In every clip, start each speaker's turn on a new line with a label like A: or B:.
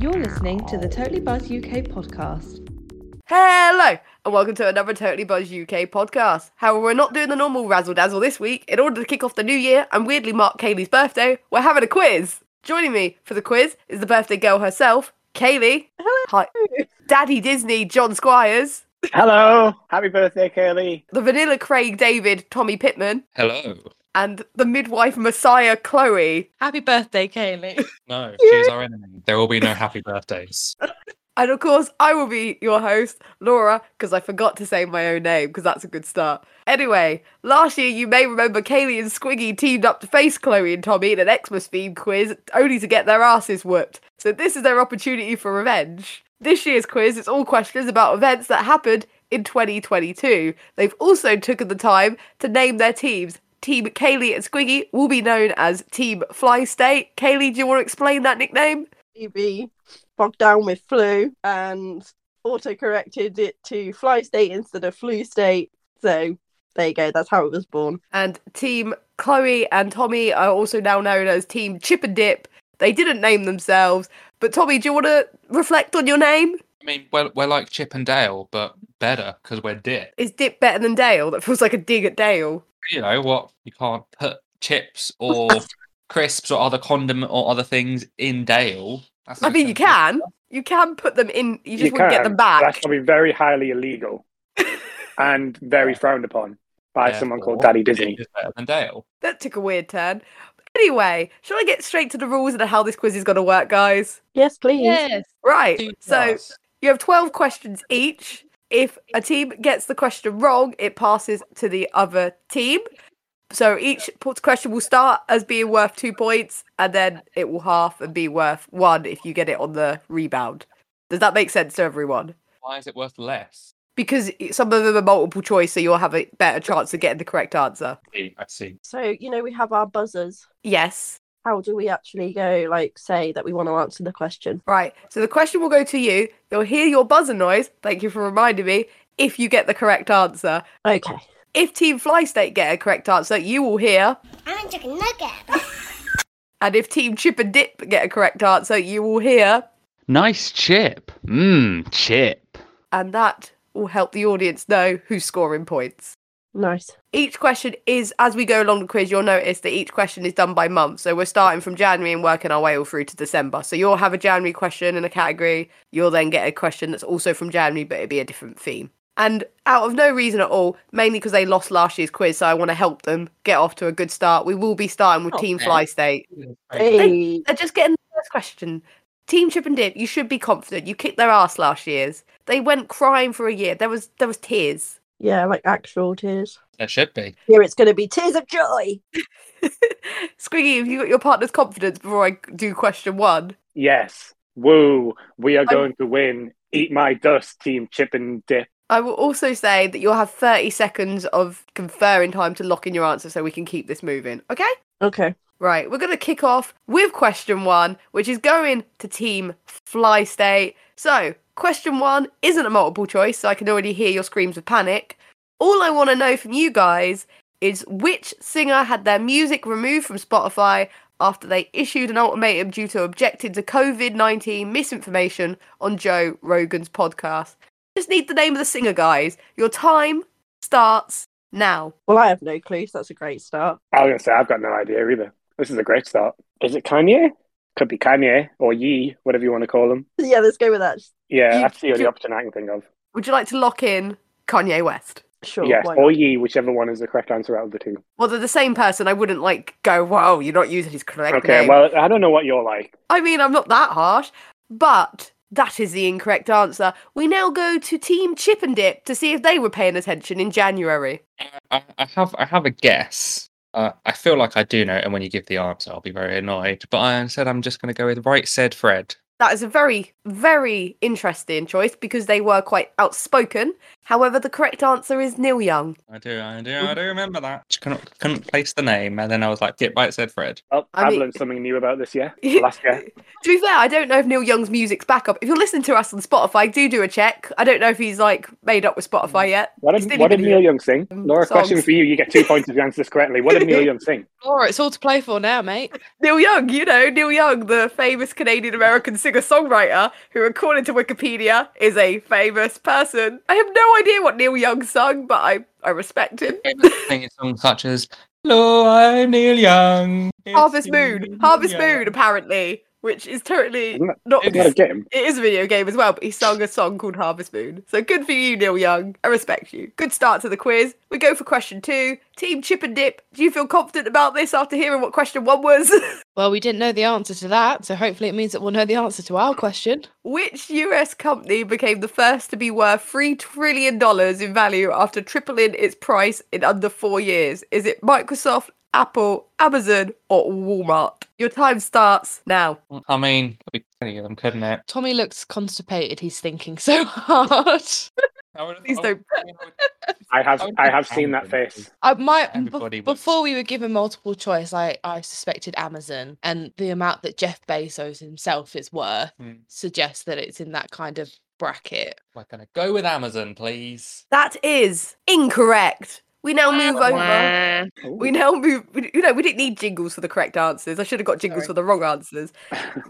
A: You're listening to the Totally Buzz UK podcast.
B: Hello, and welcome to another Totally Buzz UK podcast. However, we're not doing the normal razzle dazzle this week. In order to kick off the new year and weirdly mark Kaylee's birthday, we're having a quiz. Joining me for the quiz is the birthday girl herself, Kaylee. Hello. Hi. Daddy Disney, John Squires.
C: Hello, happy birthday, Curly.
B: The vanilla Craig David, Tommy Pittman.
D: Hello.
B: And the midwife messiah, Chloe.
E: Happy birthday, Kaylee.
D: No, she is our enemy. There will be no happy birthdays.
B: And of course, I will be your host, Laura, because I forgot to say my own name, because that's a good start. Anyway, last year you may remember Kaylee and Squiggy teamed up to face Chloe and Tommy in an Xmas themed quiz, only to get their asses whooped. So this is their opportunity for revenge. This year's quiz is all questions about events that happened in 2022. They've also taken the time to name their teams. Team Kaylee and Squiggy will be known as Team Fly State. Kaylee, do you want to explain that nickname?
F: you be bogged down with flu and auto corrected it to fly state instead of flu state. So there you go, that's how it was born.
B: And Team Chloe and Tommy are also now known as Team Chip and Dip. They didn't name themselves, but Tommy, do you want to reflect on your name?
D: I mean, we're, we're like Chip and Dale, but better because we're Dip.
B: Is Dip better than Dale? That feels like a dig at Dale.
D: You know what? You can't put chips or crisps or other condiment or other things in Dale. That's
B: I
D: no
B: mean, you
D: sense.
B: can. You can put them in. You just
C: You
B: wouldn't get them
C: can, but
B: back.
C: That's probably very highly illegal and very frowned upon by someone called Daddy
D: Therefore,
C: Disney.
D: Dip is better than Dale.
B: That took a weird turn. Anyway, shall I get straight to the rules and how this quiz is going to work, guys?
F: Yes, please.
B: Right. So
D: Yes.
B: You have 12 questions each. If a team gets the question wrong, it passes to the other team. So each po- question will start as being worth two points, and then it will half and be worth one if you get it on the rebound. Does that make sense to everyone?
D: why is it worth less?
B: Because i- some of them are multiple choice, so you'll have a better chance of getting the correct answer.
D: I see, I see.
F: So, you know, we have our buzzers.
B: Yes.
F: How do we actually go, like, say that we want to answer the question?
B: Right. So the question will go to you. You'll hear your buzzer noise. Thank you for reminding me. If you get the correct answer,
F: Okay.
B: if Team Fly State get a correct answer, you will hear
G: I'm chicken nugget.
B: And if Team Chip and Dip get a correct answer, you will hear,
H: Nice chip.
D: Mm,
H: Mmm, chip.
B: and that will help the audience know who's scoring points.
F: Nice.
B: Each question is, as we go along the quiz, you'll notice that each question is done by month. So we're starting from January and working our way all through to December. So you'll have a January question and a category. You'll then get a question that's also from January, but it'll be a different theme. And out of no reason at all, mainly because they lost last year's quiz, so I want to help them get off to a good start. We will be starting with
E: Oh,
B: Team
D: man.
B: Fly State.
F: Hey.
B: They're just getting the first question. Team Chip and Dip, you should be confident. You kicked their ass last year's. They went crying for a year. There was there was tears.
F: Yeah, like actual tears.
D: There should be.
F: Here it's going to be tears of joy.
B: Squiggy, have you got your partner's confidence before I do question one?
C: Yes, woo, we are going to win. Eat my dust, team chip and dip.
B: I will also say that you'll have 30 seconds of conferring time to lock in your answer so we can keep this moving. Okay?
F: Okay.
B: Right, we're going to kick off with question one, which is going to Team Fly State. So, question one isn't a multiple choice, so I can already hear your screams of panic. All I want to know from you guys is which singer had their music removed from Spotify after they issued an ultimatum due to objecting to COVID 19 misinformation on Joe Rogan's podcast. Just need the name of the singer, guys. Your time starts now.
F: Well, I have no clue, so that's a great start.
C: I was going to say, I've got no idea either. This is a great start. Is it Kanye? Could be Kanye or Yee, whatever you want to call them.
F: Yeah, let's go with that.
C: Yeah,
B: You-
C: that's the only
B: you-
C: option I can think of.
B: Would you like to lock in Kanye West?
F: Sure.
C: yes,
F: why
C: or
F: not?
C: Yee, whichever one is the correct answer out of the two.
B: Well, they're the same person. I wouldn't like go, whoa, you're not using his correct
C: Okay,
B: name.
C: well, I don't know what you're like.
B: I mean, I'm not that harsh, but that is the incorrect answer. We now go to Team Chip and Dip to see if they were paying attention in January.
D: I, I have I have a guess. Uh, I feel like I do know, it, and when you give the answer, I'll be very annoyed. But I said I'm just going to go with right said Fred.
B: That is a very, very interesting choice because they were quite outspoken However, the correct answer is Neil Young.
D: I do, I do, I do remember that. Just couldn't, couldn't place the name, and then I was like, "Get by it," said Fred.
C: Oh,
B: I
C: I've
B: mean-
C: learned something new about this year. Last year.
B: To be fair, I don't know if Neil Young's music's back up. If you're listening to us on Spotify, do do a check. I don't know if he's like made up with
C: Mm.
B: Spotify yet.
C: What
B: It's
C: did,
B: still
C: what did
B: even
C: Neil
B: here.
C: Young sing?
B: Um,
C: Laura, question
B: songs.
C: for you. You get two points if you answer this correctly. What did Neil Young sing?
E: Laura, it's all to play for now, mate.
B: Neil Young, you know, Neil Young, the famous Canadian American singer songwriter who, according to Wikipedia, is a famous person. I have no idea what Neil Young sung, but I, I respect him.
D: Singing songs such as "Hello, I'm Neil Young." it's
B: Harvest
D: Neil
B: Moon, Harvest
D: Young."
B: Moon, apparently, which is totally
C: Isn't that-
B: not.
C: Isn't that a game?
B: It is a video game as well, but he sung a song called Harvest Moon. So good for you, Neil Young. I respect you. Good start to the quiz. We go for question two. Team Chip and Dip, do you feel confident about this after hearing what question one was?
E: Well, we didn't know the answer to that, so hopefully it means that we'll know the answer to our question.
B: Which US company became the first to be worth $3 trillion in value after tripling its price in under four years? Is it Microsoft, Apple, Amazon, or Walmart? Your time starts now.
D: I mean, could be plenty of them, couldn't it?
E: Tommy looks constipated. He's thinking so hard.
D: I would,
B: Please
D: I would- I would-
C: I have
D: I would
C: I
D: pick
C: have seen that
D: Amazon.
C: face.
E: I might b-
D: Everybody was-
E: before we were given multiple choice, I, I suspected Amazon and the amount that Jeff Bezos himself is worth
D: Hmm.
E: suggests that it's in that kind of bracket.
D: We're gonna go with Amazon, please.
B: That is incorrect. We now move over. We now move. we- You know, we didn't need jingles for the correct answers. I should have got jingles
D: Sorry.
B: for the wrong answers.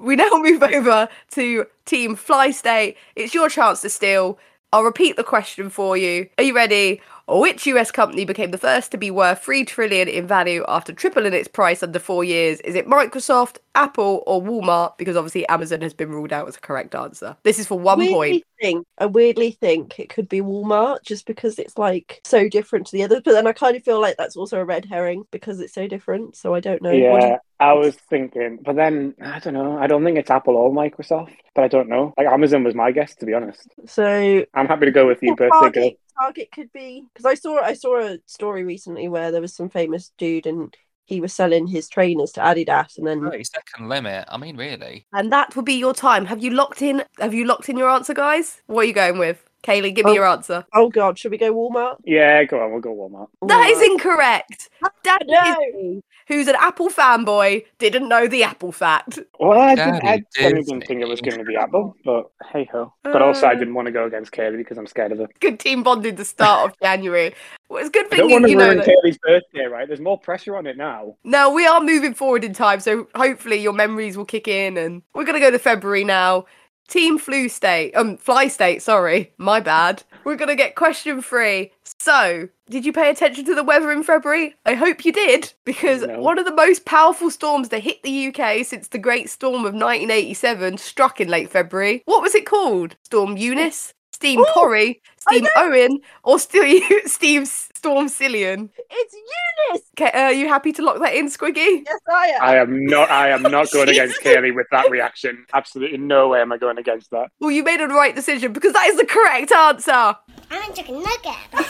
B: we now move over to Team Fly State. It's your chance to steal. I'll repeat the question for you. Are you ready? Which US company became the first to be worth three trillion in value after tripling its price under four years? Is it Microsoft, Apple, or Walmart? Because obviously Amazon has been ruled out as a correct answer. This is for one
F: weirdly
B: point.
F: Think, I weirdly think it could be Walmart just because it's like so different to the others. But then I kind of feel like that's also a red herring because it's so different. So I don't know. What do
C: Yeah,
F: you-
C: I was thinking, but then I don't know. I don't think it's Apple or Microsoft, but I don't know. Like Amazon was my guess, to be honest.
F: so
C: I'm happy to go with you,
F: Well,
C: both. thinking
F: Target, Target could be because I saw I saw a story recently where there was some famous dude and he was selling his trainers to Adidas and then
D: Thirty-second limit. I mean, really?
B: And that would be your time. Have you locked in? Have you locked in your answer, guys? What are you going with? Kaylee, give me
F: Oh.
B: your answer.
F: oh god, should we go Walmart?
C: Yeah, go on. We'll go Walmart.
B: That is
C: uh,
F: Walmart.
B: incorrect. Daddy,
F: No.
B: who's an Apple fanboy, didn't know the Apple fact.
C: Well, I didn't,
D: Daddy
C: I didn't
D: Disney.
C: think it was going to be Apple, but hey ho. But also, I
B: Uh.
C: didn't want to go against Kaylee because I'm scared of her.
B: Good team bonding the start of January. Well, it's a good
C: I
B: thing
C: don't want
B: that
C: to
B: you know
C: ruin
B: that.
C: Kaylee's birthday, right? There's more pressure on it now.
B: Now we are moving forward in time, so hopefully your memories will kick in. And we're gonna go to February now. Team Flu State, um, Fly State. Sorry, my bad. We're gonna get question three. So, did you pay attention to the weather in February? I hope you did, because
C: No.
B: one of the most powerful storms to hit the UK since the Great Storm of 1987 struck in late February. What was it called? Storm Eunice, Steam
F: Ooh,
B: Corrie,
F: I
B: Steam Owen, or Steve, Steve Storm Cillian?
F: It's Eunice.
B: Okay, uh, are you happy to lock that in, Squiggy?
F: Yes, I am.
C: I am not. I am not going against Kaylee with that reaction. Absolutely no way am I going against that.
B: Well, you made a right decision because that is the correct answer.
G: I'm chicken nugget.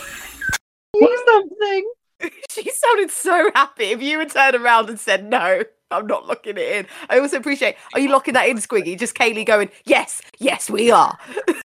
F: Knew something.
B: She sounded so happy. If you had turned around and said no, I'm not locking it in. I also appreciate. Are you locking that in, Squiggy? Just Kaylee going, yes, yes, we are.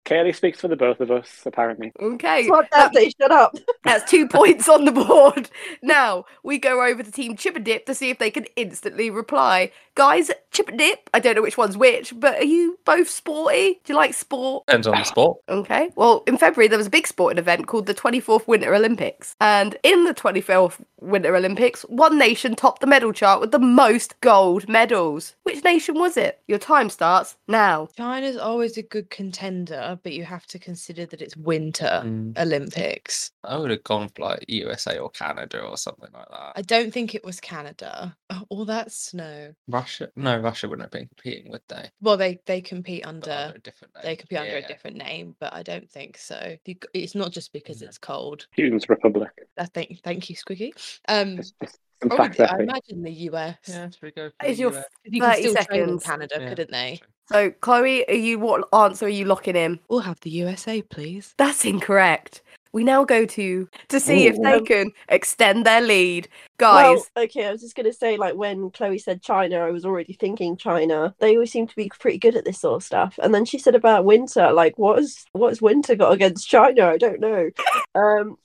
C: Kaylee speaks for the both of us, apparently.
B: Okay,
F: That's what Dad say. Shut up.
B: that's two points on the board. Now we go over to Team Chip and Dip to see if they can instantly reply. Guys, Chip and Dip. I don't know which one's which, but are you both sporty? Do you like sport?
D: Depends on the sport.
B: Okay. Well, in February, there was a big sporting event called the 24th Winter Olympics. And in the 24th Winter Olympics, one nation topped the medal chart with the most gold medals. Which nation was it? Your time starts now.
E: China's always a good contender, but you have to consider that it's winter
D: Mm.
E: Olympics.
D: I would have gone for like USA or Canada or something like that.
E: I don't think it was Canada. Oh, all that snow.
D: Russia? No, Russia wouldn't have been competing, would they?
E: Well, they they compete
D: But
E: under
D: a different
E: they
D: name.
E: compete under
D: Yeah.
E: a different name, but I don't think so. You c- It's not just because
D: No.
E: it's cold.
C: Students Republic.
E: I think. Thank you, Squiggy. Um,
C: It's just some fact
E: probably, I
C: that
E: imagine the US.
D: Yeah, should we go for
B: That is
D: the
B: your
D: US?
E: You could
B: 30
E: still train in
B: seconds.
E: Canada,
D: Yeah.
E: couldn't they?
B: So, Chloe, are you what answer are you locking in?
E: We'll have the USA, please.
B: That's incorrect. we now go to to see if they
F: Ooh. Um,
B: can extend their lead. Guys,
F: Well, okay, I was just going to say, like, when Chloe said China, I was already thinking China. They always seem to be pretty good at this sort of stuff. And then she said about winter, like, what is what has winter got against China? I don't know. Um,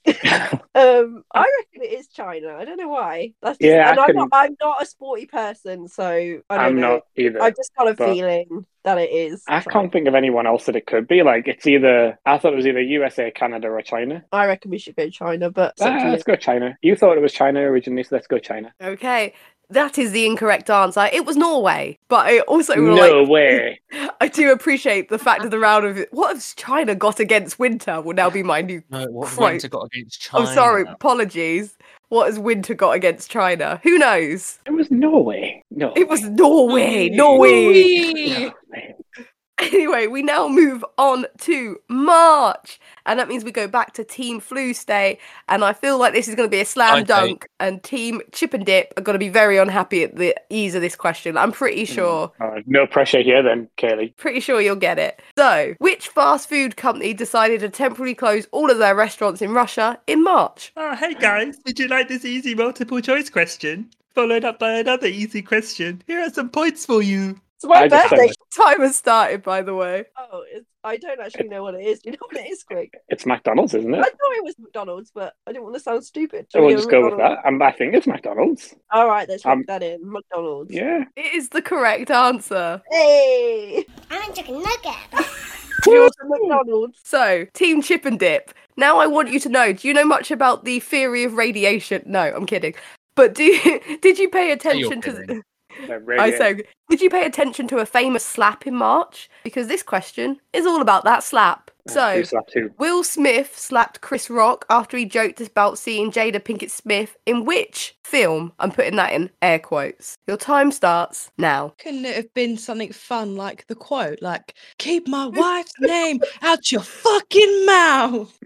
F: um, I reckon it is China. I don't know why. That's just,
C: Yeah, I
F: and I'm
C: couldn't-
F: not, I'm not a sporty person, so I don't
C: I'm
F: know.
C: not either.
F: I've just got a
C: but-
F: feeling that it is.
C: I
F: China.
C: can't think of anyone else that it could be. Like it's either I thought it was either USA, Canada, or China.
F: I reckon we should go China, but it's up to
C: Ah,
F: you.
C: let's go China. You thought it was China originally, so let's go China.
B: okay. That is the incorrect answer. It was Norway, but I also
C: No
B: like,
C: way.
B: I do appreciate the fact of the round of what has China got against winter will now be my new.
D: No, what
B: Quite-
D: winter got against
B: I'm
E: Oh,
D: China?
B: sorry, apologies. What has winter got against China? Who knows?
C: It was Norway. No.
B: It was Norway. Norway.
E: Whee!
C: No way.
B: Anyway, we now move on to March, and that means we go back to Team Flu State. And I feel like this is going to be a slam
D: Okay.
B: dunk, and Team Chip and Dip are going to be very unhappy at the ease of this question. I'm pretty sure,
C: Oh, no pressure here then, Kaylee.
B: pretty sure you'll get it. So, which fast food company decided to temporarily close all of their restaurants in Russia in March?
G: Oh, hey guys, did you like this easy multiple choice question? Followed up by another easy question. Here are some points for you.
F: It's my
C: I just said
F: birthday.
C: it.
B: Time has started, by the way.
F: Oh, it's, I don't actually know what it is. Do you know what it is, Greg?
C: It's McDonald's, isn't
F: I
C: it?
F: thought it was McDonald's, but I didn't want to sound stupid.
C: So we'll just go with that. Um, I think it's McDonald's.
F: All right, let's lock
C: Um,
F: that in. McDonald's.
C: Yeah.
B: It is the correct answer.
F: Hey,
I: I'm a chicken nugget.
F: here's the McDonald's.
B: So, Team Chip and Dip. Now I want you to know, do you know much about the theory of radiation? No, I'm kidding. But do you, did you pay
D: Oh, you're
B: attention to
D: kidding.
B: the,
C: They're
B: I
C: radiating.
B: say, did you pay attention to a famous slap in March? Because this question is all about that slap. So,
C: Two slap two.
B: Will Smith slapped Chris Rock after he joked about seeing Jada Pinkett Smith in which film? I'm putting that in air quotes. Your time starts now.
E: Couldn't it have been something fun like the quote, like "Keep my wife's name out your fucking mouth"?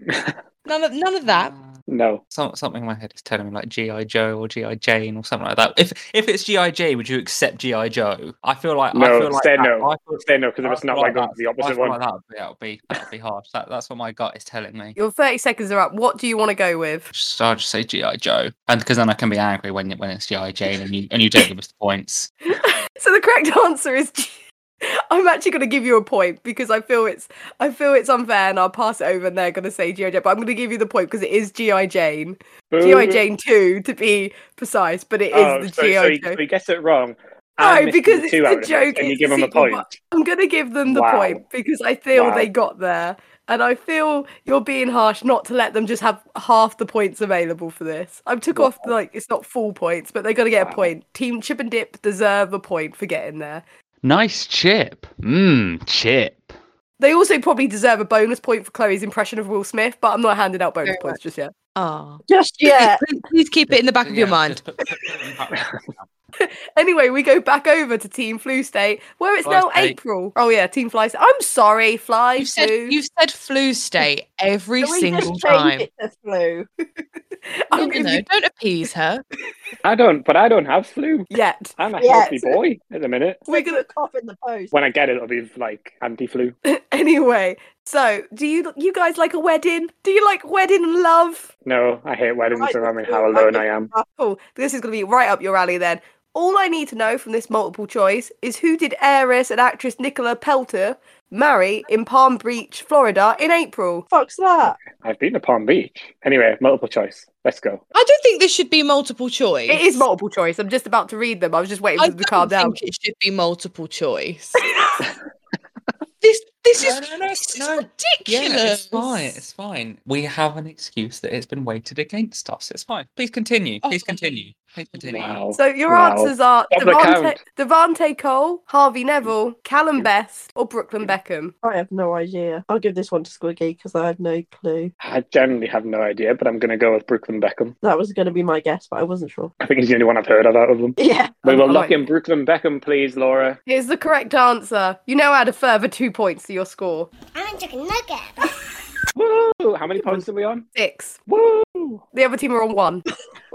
E: None of none of that.
C: No.
D: Mm. Some, something in my head is telling me like GI Joe or GI Jane or something like that. If if it's GI J, would you accept GI Joe? I feel like I
C: No,
D: feel like
C: say
D: that-
C: no.
D: I feel,
C: Say no, because if
D: I
C: it's not
D: feel
C: like
D: that-
C: the
D: I
C: opposite
D: feel
C: one.
D: like that would be, that would be that would be harsh. That, that's what my gut is telling me.
B: Your 30 seconds are up. What do you want to go with?
D: Just- I'll just say GI Joe, and because then I can be angry when when it's GI Jane and you and you don't give us the points.
B: So the correct answer is. G- I'm actually going to give you a point because I feel it's I feel it's unfair, and I'll pass it over, and they're going to say GI Jane. But I'm going to give you the point because it is GI Jane, GI
C: Boo.
B: Jane two to be precise. But it is
C: Mm-hmm. Oh,
B: the
C: so,
B: GI
C: so, he,
B: Joe.
C: so he gets it wrong.
B: No,
C: I'm missing
B: because
C: the
B: it's
C: two
B: the
C: out of this,
B: joke,
C: And you
B: it's
C: give
B: the
C: him a
B: sequel,
C: point.
B: but- I'm going to give them the
C: Wow.
B: point because I feel
C: Wow.
B: they got there, and I feel you're being harsh not to let them just have half the points available for this. I took off like it's not full points, but they got to get a
C: Wow.
B: point. Team Chip and Dip deserve a point for getting there.
H: Nice chip. Mmm, chip.
B: They also probably deserve a bonus point for Chloe's impression of Will Smith, but I'm not handing out bonus
E: Very
B: points just yet.
E: Ah,
F: Just yet.
E: please, please keep it in the back of your
D: Yeah,
E: mind.
D: just put- put- put it in the back of your mind.
B: Anyway, we go back over to Team Flu State, where it's
D: Fly
B: now
D: State.
B: April. Oh yeah, Team Fly State. I'm sorry, Fly
E: You've said
B: Flu.
E: you've said flu state every
F: Can we just
E: single
F: change
E: time.
F: it to flu?
E: No,
B: I'm
E: no,
B: giving
E: no,
B: you
E: don't appease her.
C: I don't, but I don't have flu.
B: yet.
C: I'm a
F: Yeah,
C: healthy
F: so-
C: boy at the minute.
B: We're
F: We're gonna cough in the post.
C: When I get it, it'll be like anti-flu.
B: Anyway, so do you you guys like a wedding? Do you like wedding and love?
C: No, I hate weddings,
F: Right,
C: so I mean,
F: let's
C: how
F: do it.
C: alone I
F: Okay.
C: am.
B: Cool. This is going to be right up your alley then. All I need to know from this multiple choice is who did heiress and actress Nicola Pelter marry in Palm Beach, Florida in April?
F: Fuck's that.
C: I've been to Palm Beach. Anyway, multiple choice. Let's go.
E: I don't think this should be multiple choice.
B: It is multiple choice. I'm just about to read them. I was just waiting
E: I
B: for them to calm
E: don't
B: down.
E: think it should be multiple choice. this this is,
D: No, no, no,
E: this is
D: no.
E: ridiculous.
D: Yeah, it's fine. It's fine. We have an excuse that it's been weighted against us. It's fine. Please continue.
E: Oh,
D: Please
E: thank you.
D: continue. Please continue.
C: Wow.
B: So your
C: Wow.
B: answers are
C: Stop the
B: Devante,
C: count.
B: Devante Cole, Harvey Neville, Callum Best, or Brooklyn Beckham.
F: I have no idea. I'll give this one to Squiggy because I have no clue.
C: I generally have no idea, but I'm going to go with Brooklyn Beckham.
F: That was gonna be my guess, but I wasn't sure.
C: I think he's the only one I've heard of out of them.
F: Yeah.
C: We
B: I'm-
C: will
B: I'm
C: lock
B: like-
C: in Brooklyn Beckham, please, Laura.
B: Here's the correct answer. You now add a further two points to your score.
I: I'm a chicken nugget.
C: Woo! How many points are we on?
B: Six.
C: Woo!
B: The other team are on one.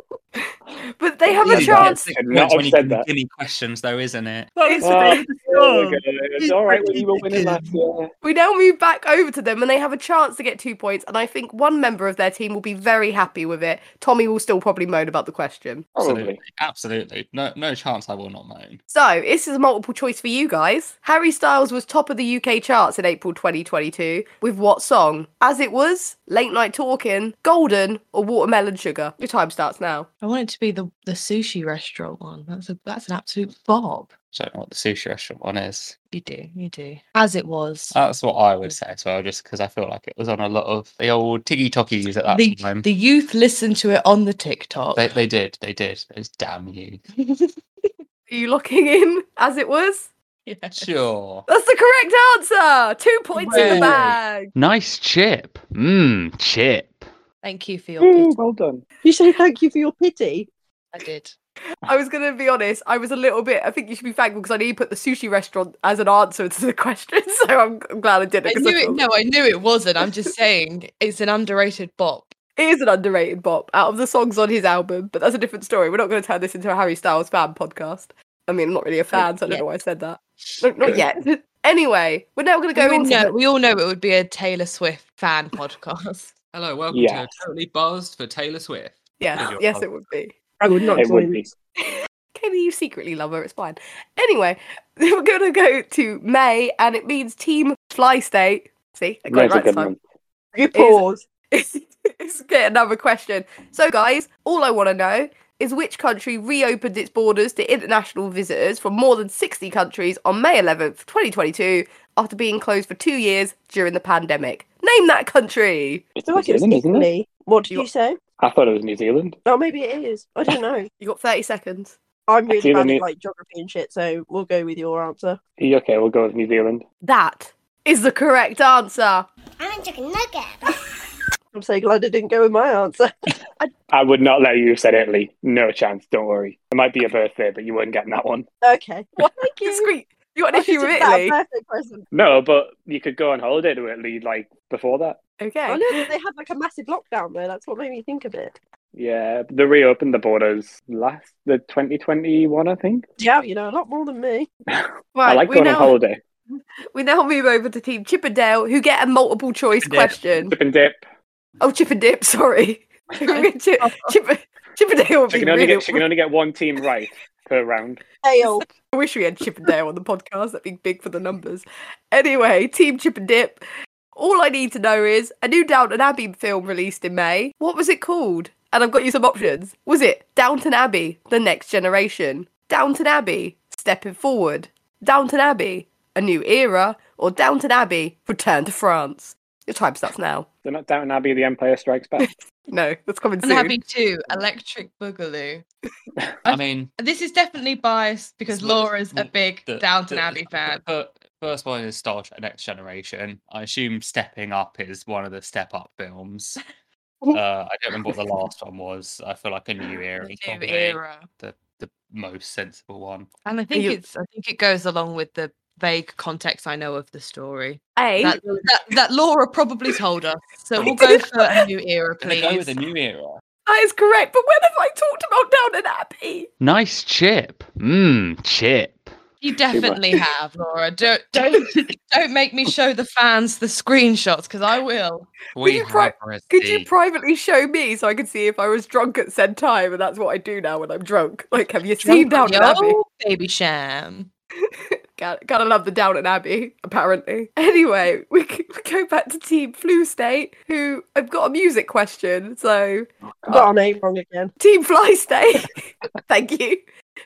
B: But they have a
C: Yeah,
B: chance.
C: Could not
D: when
C: have
D: you
C: said
D: give
C: that.
D: guinea questions, though, isn't it?
G: That was
C: Oh,
G: the
C: Oh,
G: song.
C: it's all right when you were winning last year.
B: We now move back over to them and they have a chance to get two points. And I think one member of their team will be very happy with it. Tommy will still probably moan about the question.
C: Probably.
D: Absolutely. Absolutely. No, no chance I will not moan.
B: So, this is a multiple choice for you guys. Harry Styles was top of the UK charts in April 2022 with what song? As it was, Late Night Talking, Golden, or Watermelon Sugar? Your time starts now.
E: I want it to be the, the sushi restaurant one. That's a that's an absolute bob.
D: I don't know what the sushi restaurant one is.
E: You do, you do. As it was.
D: That's what I
E: Mm.
D: would say as well, just because I feel like it was on a lot of the old Tiggy Tokkies at that
E: the,
D: time.
E: the youth listened to it on the TikTok.
D: They, they did, they did. Those damn you.
B: Are you locking in as it was?
E: Yeah.
D: Sure.
B: That's the correct answer. Two points in
D: Way.
B: the bag.
H: Nice chip. Mmm, chip.
E: Thank you for your
C: Ooh,
E: pity.
C: well done.
F: You say thank you for your pity.
E: I did.
B: I was going to be honest. I was a little bit. I think you should be thankful because I nearly put the sushi restaurant as an answer to the question. So I'm, I'm glad I did
E: I
B: it. 'cause
E: knew it.
B: thought-
E: No, I knew it wasn't. I'm just saying it's an underrated bop.
B: It is an underrated bop out of the songs on his album, but that's a different story. We're not going to turn this into a Harry Styles fan podcast. I mean, I'm not really a fan, so I don't
E: yet.
B: know why I said that. No, not yet. anyway, we're now going to go
E: we all
B: into.
E: know.
B: the-
E: We all know it would be a Taylor Swift fan podcast.
D: Hello, welcome
C: Yeah.
D: to Totally Buzzed for Taylor Swift.
B: Yes,
D: your
B: yes,
D: pod-
B: it would be.
F: I would Oh, not
C: It would
F: join
C: be.
F: this.
B: Katie, you secretly love her. It's fine. Anyway, we're going to go to May, and it means Team Fly State. See, I got it
C: That's a
B: right this
C: good
B: time.
C: one.
F: You pause.
B: Let's get another question. So, guys, all I want to know is which country reopened its borders to international visitors from more than 60 countries on May 11th, 2022, after being closed for two years during the pandemic. Name that country.
F: I feel like it was
C: New Zealand, isn't it?
F: Italy. What did
B: You-
F: you say?
C: I thought it was New Zealand.
F: Oh, maybe it is. I don't know.
B: You got 30 seconds.
F: I'm
C: It's
F: really
C: either
F: bad
C: New-
F: at like geography and shit, so we'll go with your answer.
C: Yeah, Okay, we'll go with New Zealand.
B: That is the correct answer.
I: I'm a chicken nugget.
F: I'm so glad I didn't go with my answer.
C: I would not let you have said Italy. No chance. Don't worry. It might be your birthday, but you weren't getting that one.
F: Okay.
B: What?
F: Thank you.
B: Squeak. You got an
F: I
B: issue with
F: did that
B: Italy?
F: birthday present.
C: No, but you could go on holiday to Italy like before that.
B: Okay.
F: I know that they had like a massive lockdown there. That's what made me think of it.
C: Yeah, they reopened the borders last the 2021, I think.
F: Yeah, you know, a lot more than me.
B: Right,
C: I like
B: we,
C: going on
B: now,
C: holiday.
B: we now move over to Team Chippendale, who get a multiple choice
D: Chip and Dale.
B: question.
C: Dip and dip.
B: Oh, Chip and Dip, sorry. chip, chip, chip and Dale would
C: She
B: be
C: can only
B: really...
C: get she can only get one team right per round.
F: Dale.
B: I wish we had Chip and Dale on the podcast. That'd be big for the numbers. Anyway, Team Chip and Dip. All I need to know is a new Downton Abbey film released in May. What was it called? And I've got you some options. Was it Downton Abbey, The Next Generation? Downton Abbey, Stepping Forward? Downton Abbey, A New Era? Or Downton Abbey, Return to France? Your time starts now.
C: They're not Downton Abbey, The Empire Strikes Back.
B: No, that's coming
E: And
B: soon.
E: happy too. Electric Boogaloo.
D: I mean,
E: This is definitely biased because
D: It's not-
E: Laura's a
D: not
E: big
D: the-
E: Downton
D: the-
E: Abbey fan.
D: the First one is Star Trek Next Generation. I assume Stepping Up is one of the Step Up films. uh, I don't remember what the last one was. I feel like a new
E: The
D: era. is
E: new
D: probably
E: era.
D: The, the most sensible one.
E: And I think
B: you-
E: it's I think it goes along with the vague context I know of the story.
B: A,
E: That, that, that Laura probably told us. So we'll go for a new era,
D: Gonna
E: please.
D: go with a new era.
B: that is correct. But when have I talked about Downton Abbey?
H: Nice chip. Mmm, chip.
E: You
C: much.
E: definitely have, Laura. Don't don't don't make me show the fans the screenshots because I will.
D: We
B: you pri-
D: have a
B: Could you
D: seat.
B: privately show me so I could see if I was drunk at said time? And that's what I do now when I'm drunk. Like, have you seen
E: Drunk
B: Downton
E: with the
B: Abbey?
E: old baby sham.
B: Gotta, gotta love the Downton Abbey, apparently. Anyway, we, c- we go back to Team Flu State, who I've got a music question. So,
F: I got our name wrong again.
B: Team Fly State, thank you.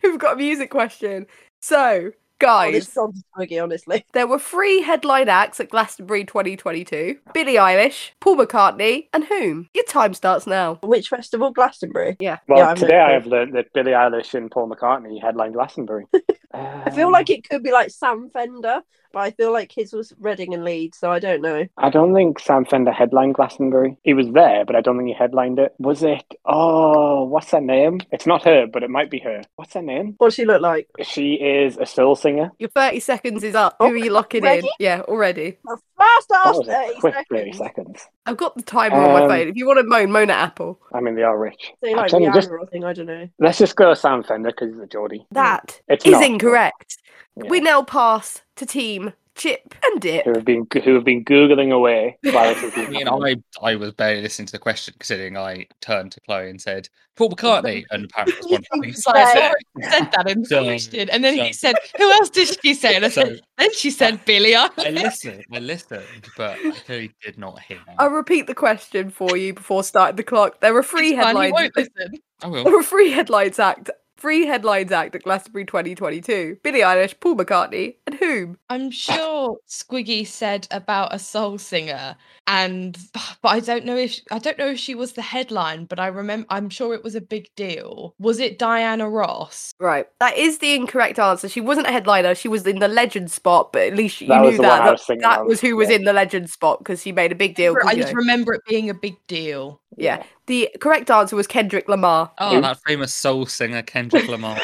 B: Who've got a music question? So,
F: Oh,
B: guys,
F: this is on to Twiggy, honestly.
B: There were three headline acts at Glastonbury 2022 Billie Eilish, Paul McCartney, and whom? Your time starts now.
F: Which festival? Glastonbury.
C: Well,
F: Yeah, I'm
C: today
F: not-
C: I have learned that Billie Eilish and Paul McCartney headlined Glastonbury.
F: Um. I feel like it could be like Sam Fender but I feel like his was Reading and Leeds, so I don't know.
C: Um, I don't think Sam Fender headlined Glastonbury. He was there, but I don't think he headlined it. Was it? Oh, what's her name? It's not her, but it might be her. What's her name?
F: What does she look like?
C: She is a soul singer.
B: Your 30 seconds is up.
F: Oh,
B: Who are you locking
F: ready?
B: in? Yeah, already.
F: A fast
C: That
F: ass
C: was a
F: 30
C: quick thirty
F: seconds.
C: seconds.
B: I've got the timer on my
C: Um,
B: phone. If you want to moan, moan at Apple.
C: I mean, they are rich.
F: Say like
C: Actually,
F: Rihanna
C: just-
F: or something, I don't know.
C: let's just go Sam Fender because he's a Geordie.
B: That
C: It's
B: is
C: not.
B: incorrect.
C: Yeah.
B: We now pass to team Chip and Dip.
C: Who have been who have been googling away while this has been
B: I
D: I mean,
C: happening.
D: I, I was barely listening to the question, considering I turned to Chloe and said, Paul McCartney, and apparently it was one of the things I said.
E: said that in the
D: So-
E: question, and then he
D: so-
E: said, "Who else did she say?" And I
D: So
E: said, then she said, "Billy."
D: I listened, I listened, but I clearly did not hear.
B: I'll repeat the question for you before starting the clock. There were three headlines.
E: won't listen.
D: I will.
B: There were three headlines act. Three headlines act at Glastonbury 2022. Billie Eilish, Paul McCartney, and whom?
E: I'm sure Squiggy said about a soul singer, and but I don't know if I don't know if she was the headline, but I remember I'm sure it was a big deal. Was it Diana Ross?
B: Right. That is the incorrect answer. She wasn't a headliner. She was in the legend spot, but at least you
C: That was
B: knew
C: the one
B: that.
C: I
B: That,
C: was thinking
B: that
C: of,
B: was who was
C: yeah.
B: in the legend spot because she made a big deal.
E: Remember-
B: 'cause,
E: I
B: you
E: just
B: know.
E: remember it being a big deal.
B: yeah. The correct answer was Kendrick Lamar.
E: Oh,
D: Oh, that famous soul singer Kendrick Lamar.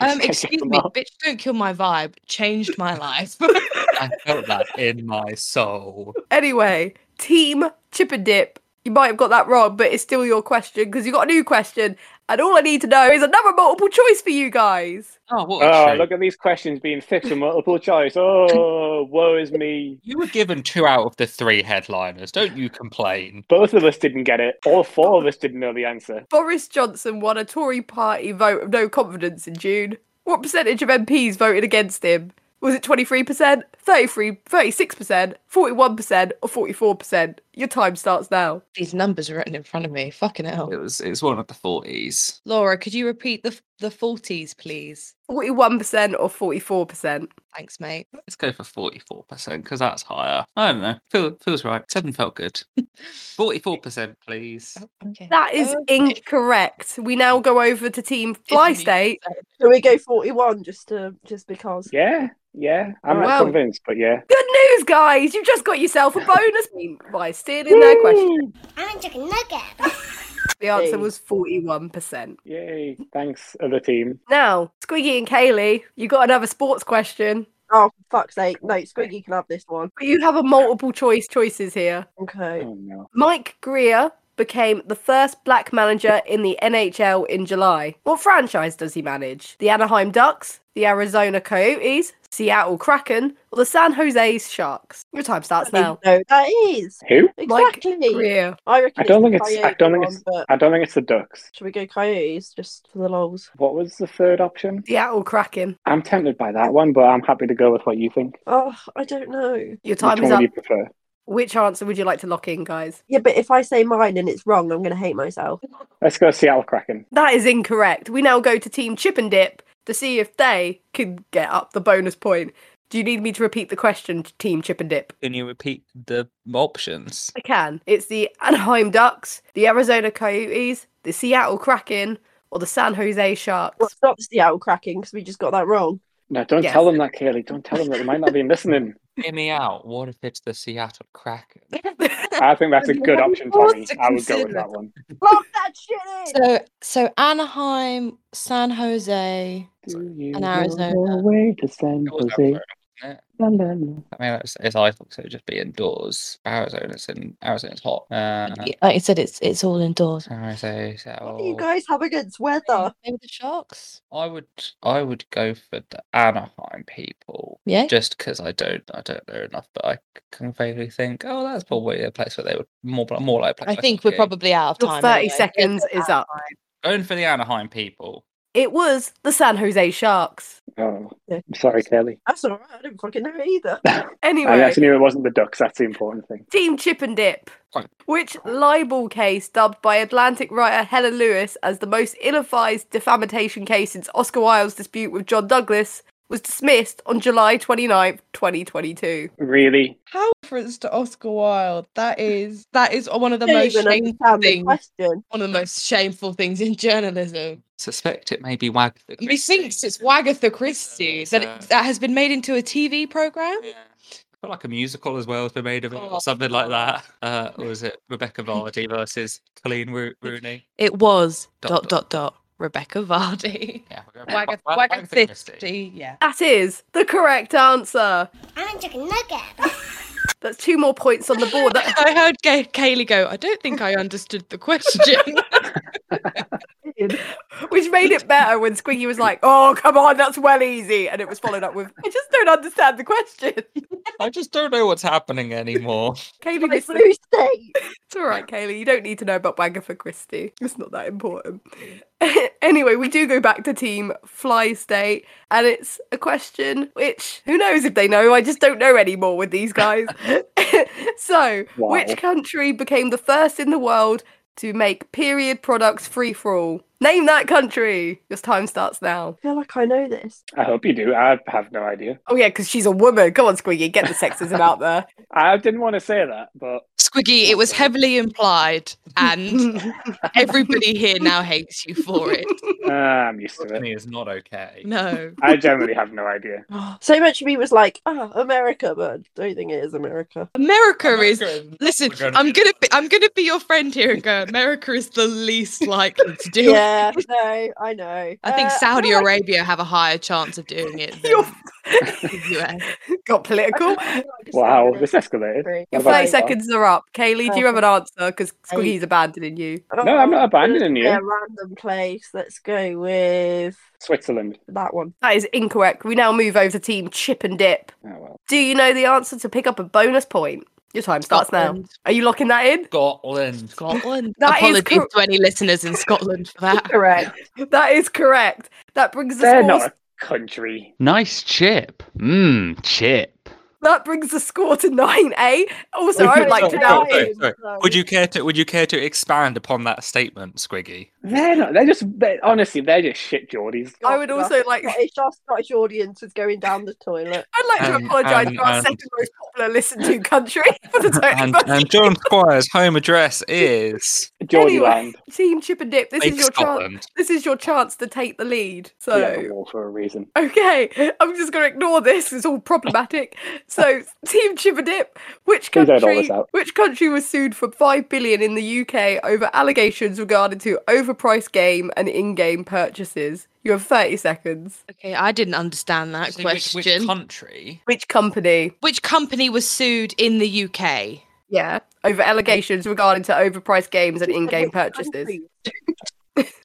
E: um, excuse me, bitch, don't kill my vibe. Changed my life.
D: I felt that in my soul.
B: Anyway, team chip and dip. You might have got that wrong, but it's still your question because you got a new question, and all I need to know is another multiple choice for you guys.
D: Oh, what a
C: Oh,
D: treat.
C: look at these questions being fixed with multiple choice. Oh, woe is me.
D: You were given two out of the three headliners. Don't you complain.
C: Both of us didn't get it. All four of us didn't know the answer.
B: Boris Johnson won a Tory party vote of no confidence in June. What percentage of MPs voted against him? Was it 23%, 33, 36%, 41%, or 44%? Your time starts now.
E: These numbers are written in front of me. Fucking hell.
D: It was it was one of the forties.
E: Laura, could you repeat the f- the forties, please?
B: 41% or 44%?
E: Thanks, mate.
D: Let's go for forty four percent because that's higher. I don't know. Feel, feels right. Seven felt good. Forty four percent, please.
E: Okay.
B: That is incorrect. We now go over to team Fly State.
F: So we go 41 just to just because.
C: Yeah, yeah. I'm
B: Wow.
C: not convinced, but yeah.
B: Good news, guys! You've just got yourself a bonus point by stealing their question.
I: I'm a chicken nugget.
B: The answer
F: Hey.
B: was 41%.
C: Yay. Thanks, other team.
B: Now, Squiggy and Kaylee, you got another sports question,
F: Oh, for fuck's sake. No, Squiggy can have this one.
B: but you have a multiple choice choices here.
F: Okay.
C: Oh, no.
B: Mike Greer became the first black manager in the NHL in July. What franchise does he manage? The Anaheim Ducks, the Arizona Coyotes, Seattle Kraken, or the San Jose Sharks? Your time starts now.
F: No, that is.
C: Who?
B: Mike
F: Exactly.
B: Greer.
F: I reckon
C: I don't
F: the
C: think it's. I
F: Coyote
C: don't think
F: one,
C: it's.
F: but
C: I don't think it's the Ducks.
F: should we go Coyotes just for the lols?
C: What was the third option?
B: Seattle Kraken.
C: I'm tempted by that one, but I'm happy to go with what you think.
F: Oh, I don't know.
B: Your time
C: Which
B: is
C: one
B: up.
C: would you prefer?
B: Which answer would you like to lock in, guys?
F: Yeah, but if I say mine and it's wrong, I'm going to hate myself.
C: Let's go Seattle Kraken.
B: That is incorrect. We now go to Team Chip and Dip to see if they can get up the bonus point. Do you need me to repeat the question, Team Chip and Dip?
D: Can you repeat the options?
B: I can. It's the Anaheim Ducks, the Arizona Coyotes, the Seattle Kraken, or the San Jose
F: Well,
B: Sharks.
F: it's not the Seattle Kraken because we just got that wrong.
C: No, don't
B: Yes.
C: tell them that, Kaylee. Don't tell them that. They might not be listening.
D: Hear me out. What if it's the Seattle Kraken?
C: I think that's a
E: You
C: good
E: have
C: option,
E: more
C: Tommy.
E: to
C: I would go with
E: consider.
C: that one.
F: Lock that shit eh? in!
E: So, so Anaheim, San Jose.
C: Do you
E: An
C: know
E: Arizona.
C: the way to San
D: It was
C: Jose?
D: Arizona,
C: La, la, la.
D: I mean, that's, it's I thought so. It'd Just be indoors. Arizona's in Arizona's hot. Uh,
E: Y- Like I said, it's it's all indoors.
D: San Jose,
F: What do you
D: Seattle.
F: guys have against weather?
E: Maybe the sharks.
D: I would, I would go for the Anaheim people.
E: Yeah.
D: just because I don't I don't know enough, but I can vaguely think, oh, that's probably a place where they would more more like. a place
E: I
D: like
E: think we're
D: Tokyo."
E: probably out of
B: Your
E: time.
B: 30
E: anyway.
B: seconds is up.
D: going for the Anaheim people.
B: It was the San Jose Sharks.
C: Oh,
F: Yeah.
C: I'm sorry, Kaylee.
F: That's all right. I don't fucking know either.
C: I
B: Anyway,
C: actually knew it wasn't the Ducks. That's the important thing.
B: Team Chip and Dip.
D: Quite.
B: Which libel case, dubbed by Atlantic writer Helen Lewis as the most ill advised defamation case since Oscar Wilde's dispute with John Douglas, was dismissed on July 29th, 2022?
C: Really?
E: How reference to Oscar Wilde. That is that is one of the
F: Don't
E: most
F: even
E: shameful
F: understand the
E: things.
F: question.
E: One of the most shameful things in journalism.
D: Suspect it may be Wag the
E: He thinks it's Wagatha Christie that it- that has been made into a TV program.
D: Yeah. I feel like a musical as well has been made of it,
E: Oh.
D: or something like that. Uh, or was it Rebecca Vardy versus Colleen Roo- Rooney?
E: It was
D: Dot,
E: dot dot dot Rebecca Vardy.
D: Yeah, we're going with
E: Wagatha
D: Wa- Wa- Wagatha Christie.
E: Wagatha Christie, yeah.
B: That is the correct answer.
I: I'm a chicken nugget.
B: That's two more points on the board. That-
E: I heard Gay- Kaylee go, I don't think I understood the question.
B: which made it better when Squiggy was like, "Oh, come on, that's well easy," and it was followed up with, "I just don't understand the question."
D: I just don't know what's happening anymore.
B: Kaylee,
F: Like
B: missed it.
F: blue state.
B: it's all right, Kaylee. You don't need to know about Wagatha Christie. It's not that important. anyway, we do go back to Team Fly State, and it's a question which who knows if they know. I just don't know anymore with these guys. so,
C: Wow.
B: which country became the first in the world to make period products free for all? Name that country. Your time starts now.
F: I feel like I know this.
C: I hope you do. I have no idea.
B: Oh yeah, because she's a woman. Come on, Squiggy, get the sexism out there.
C: I didn't want to say that, but
E: Squiggy, it was heavily implied, and everybody here now hates you for it.
C: uh, I'm used to it.
D: Courtney is not okay.
E: No.
C: I generally have no idea.
F: So much of me was like, ah, America, but I don't think it is America.
E: America, is
D: America
E: listen,
D: We're gonna
E: I'm
D: be-
E: gonna be I'm gonna be your friend here and go, America is the least likely to do it.
F: Yeah, no, I know.
E: I think
F: Uh,
E: Saudi
F: feel like-
E: Arabia have a higher chance of doing it than
B: You're
E: the US.
B: got
F: I
B: political.
F: feel like I just
C: Wow,
F: remember
C: this escalated.
F: it.
B: Your
C: What about
B: thirty
C: you,
B: seconds are up. Kaylee, do you have an answer? Because
F: Eight.
B: Squiggy's abandoning you.
C: No, I'm not
F: Oh,
C: abandoning
F: just
C: you.
F: A random place. Let's go with
C: Switzerland.
F: that one.
B: That is incorrect. We now move over to Team Chip and Dip.
C: Oh, well.
B: Do you know the answer to pick up a bonus point? Your time starts now.
E: Scotland.
B: Are you locking that in?
D: Scotland.
E: Scotland.
B: That is
E: Apologies
B: cor-
E: to any listeners in Scotland for that.
F: Correct.
B: That is correct. That brings the
C: They're
B: score.
C: not a country.
H: Nice chip. Mmm, chip.
B: That brings the score to nine A. Also, I would
D: Sorry,
B: like to
D: sorry,
B: know.
F: Nine.
D: sorry, sorry.
F: Sorry.
D: Would you care to would you care to expand upon that statement, Squiggy?
C: They're not. They're just. They're, honestly, they're just shit Geordies.
B: I would also like.
F: It's our Scottish audience is going down the toilet.
B: I'd like to
D: And-
B: apologise
D: and-
B: for our
D: and-
B: second most popular listened to country for the total.
D: And, and John Squire's home address is
C: Geordie
B: Anyway,
C: land.
B: Team Chip and Dip, this
D: Lake
B: is your chance.
D: Scotland.
B: This is your chance to take the lead.
C: We had the
B: So,
C: war for a reason.
B: okay, I'm just going to ignore this. It's all problematic. so, Team Chip and Dip, which
C: Please edit all
B: country?
C: this out.
B: Which country was sued for five billion in the UK over allegations regarding to overpriced game and in-game purchases? You have 30 seconds.
E: Okay, I didn't understand that
D: So which-
E: question.
D: Which,
E: Which,
D: country?
B: Which company?
E: company was sued in the UK?
B: Yeah, over allegations regarding to overpriced games and in-game
F: Which
B: purchases.
F: country?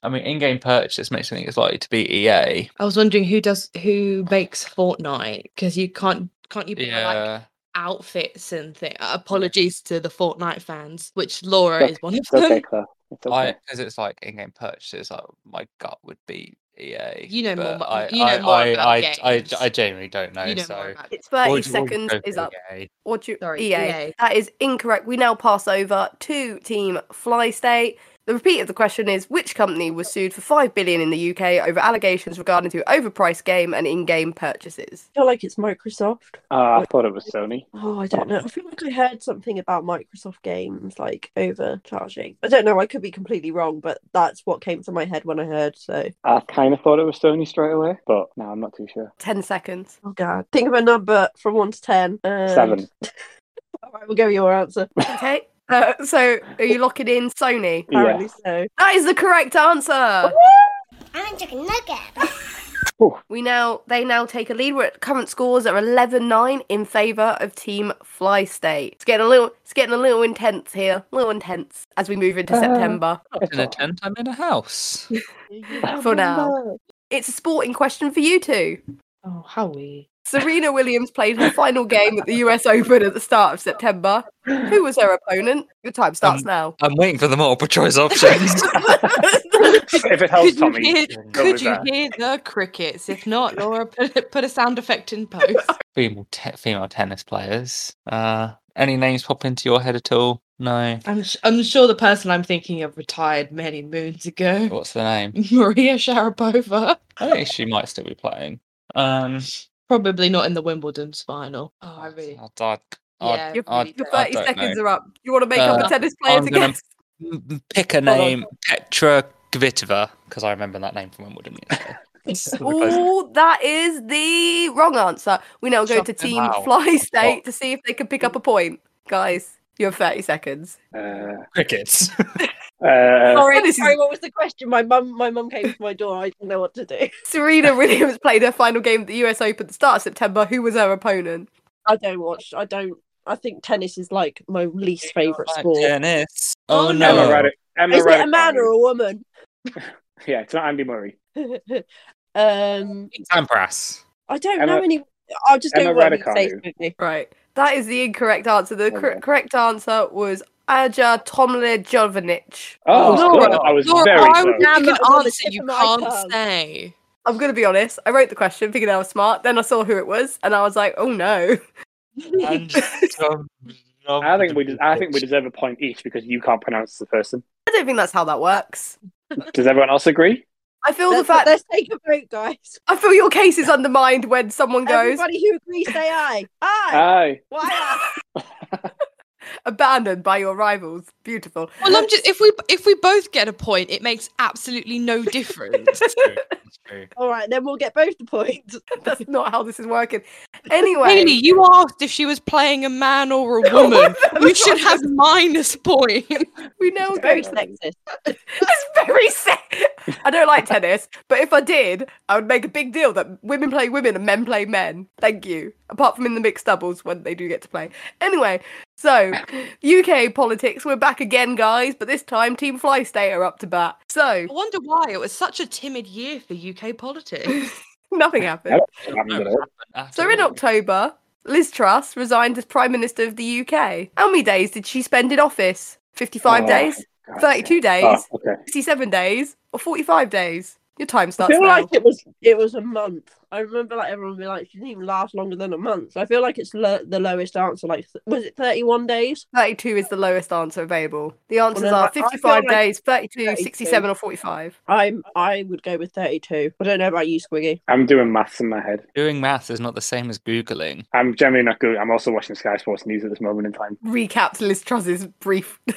D: I mean, in-game purchase makes me think it's likely to be E EA.
E: I was wondering who does who makes Fortnite because you can't can't you buy like
D: Yeah,
E: outfits and things. Apologies to the Fortnite fans, which Laura
C: Look,
E: is one of
C: It's okay,
E: them.
C: Claire. It's
D: I
C: okay.
D: because it's like in-game purchases. Like, my gut would be EA.
E: You know
D: but
E: more about-
D: I,
E: you know
D: I,
E: more
D: I,
E: about
D: I,
E: games.
D: I, I genuinely don't know.
E: you know
D: so
E: more about
B: It's 30
D: What would you- what would you
B: seconds
D: go for,
B: is up.
D: EA?
B: Or do E
E: Sorry, E
B: EA.
E: EA.
B: That is incorrect. We now pass over to Team Fly State. The repeat of the question is which company was sued for 5 billion in the UK over allegations regarding to overpriced game and in-game purchases?
F: I feel like it's Microsoft.
C: Ah, I thought it was Sony.
F: Oh, I don't know. I feel like I heard something about Microsoft games like overcharging. I don't know. I could be completely wrong, but that's what came to my head when I heard. So,
C: I kind of thought it was Sony straight away, but no, I'm not too sure.
B: 10 seconds.
F: oh god, think of a number from one to ten. And...
C: Seven.
F: All right, we'll go with your answer.
B: Okay. Uh, so are you locking in Sony?
F: Apparently
B: That is the correct
F: so.
B: answer.
I: I'm a chicken nugget.
B: We now they now take a lead. We're at current scores are 11-9 in favour of Team Fly State. It's getting a little it's getting a little intense here. A little intense as we move into
C: Uh,
B: September.
C: It's
D: in a
C: all-
D: tent, I'm in a house.
B: For now. It's a sporting question for you two.
E: Oh, how we?
B: Serena Williams played her final game at the US Open at the start of September. Who was her opponent? Your time starts
D: Um,
B: now.
D: I'm waiting for the multiple choice options.
C: if it helps,
E: could you
C: Tommy.
E: hear, could you
C: that.
E: hear the crickets? If not, Laura, put, put a sound effect in post.
D: female te- female tennis players. Uh, any names pop into your head at all? No.
E: I'm sh- I'm sure the person I'm thinking of retired many moons ago.
D: What's the name?
E: Maria Sharapova.
D: I think she might still be playing. Um,
E: Probably not in the Wimbledon's final. Oh, I really.
D: I, I, I'd-
E: Yeah,
B: Your,
E: really
B: your
E: don't.
D: I
B: 30
D: don't
B: seconds
D: know.
B: are up. You want to make up
D: Uh,
B: a tennis player
D: I'm
B: to
D: gonna-
B: guess?
D: M- Pick a name, Petra Kvitova, because I remember that name from Wimbledon. yesterday.
B: Oh, that is the wrong answer. We now go to
D: Shut them
B: Team
D: out.
B: Fly State to see if they can pick up a point. Guys, you have 30 seconds.
C: Uh,
D: Crickets.
C: uh,
F: Sorry,
B: This is-
F: sorry. What was the question? My mum, my mum came to my door. I didn't know what to do.
B: Serena Williams played her final game at the US Open at the start of September. Who was her opponent?
F: I don't watch. I don't. I think tennis is like my least favorite
D: Like
F: sport.
D: Tennis. Oh,
E: Oh,
D: no.
C: Emma
E: no.
C: Radic. Emma
F: Is it a
C: Raducanu.
F: man or a woman?
C: Yeah, it's not Andy Murray.
F: um,
D: Sampras.
F: I don't
C: Emma-
F: know any. I'll just go
C: Emma
F: with what
C: Raducanu.
F: Facebook.
B: Right. That is the incorrect answer. The
C: Oh,
B: cor-
C: yeah.
B: correct answer was Aja Tomlin Jovanic.
C: Oh,
B: Laura,
C: good. I was
B: Laura,
C: very
B: I would
C: close.
B: have-
E: Damn
F: Because
E: an
F: it's on the
E: answer
F: tip
E: you
F: of my tongue.
E: can't say.
B: I'm going to be honest. I wrote the question thinking I was smart. Then I saw who it was and I was like, oh no.
D: um,
C: I think we. des- I think we deserve a point each because you can't pronounce the person.
B: I don't think that's how that works.
C: Does everyone else agree?
B: I feel
F: Let's,
B: the fact
F: let's take a vote, guys.
B: I feel your case is undermined when someone goes
F: Everybody who agrees, say aye. Aye.
C: Aye.
F: Why aye?
B: abandoned by your rivals. Beautiful.
E: Well, I'm just if we if we both get a point, it makes absolutely no difference.
F: All right, then we'll get both the points.
B: That's not how this is working. Anyway,
E: Haley, you asked if she was playing a man or a woman. you should have minus point.
B: we now go.
F: Very
B: to-
F: sexist.
B: It's very sick. I don't like tennis, but if I did, I would make a big deal that women play women and men play men. Thank you. Apart from in the mixed doubles when they do get to play. Anyway, so UK politics, we're back again, guys, but this time Team Fly State are up to bat. So
E: I wonder why it was such a timid year for UK politics.
B: nothing happened.
C: What happened at all?
B: So in October, Liz Truss resigned as Prime Minister of the UK. How many days did she spend in office? 55
C: Oh,
B: days,
C: God's
B: 32
C: sake.
B: days,
C: Oh, okay.
B: 67 days, or 45 days? Your time
F: I
B: starts
F: feel
B: now.
F: like it was it was a month. I remember like everyone being like, she didn't even last longer than a month. So I feel like it's lo- the lowest answer. Like, th- was it thirty one days?
B: 32 is the lowest answer available. The answers
F: then,
B: are
F: like, I feel
B: 55
F: like
B: days, 32,
F: 32.
B: 67, or 45.
F: I'm I would go with thirty two. I don't know about you, Squiggy.
C: I'm doing maths in my head.
D: Doing math is not the same as Googling.
C: I'm generally not good. I'm also watching Sky Sports News at this moment in time.
B: Recaps Liz Truss's brief.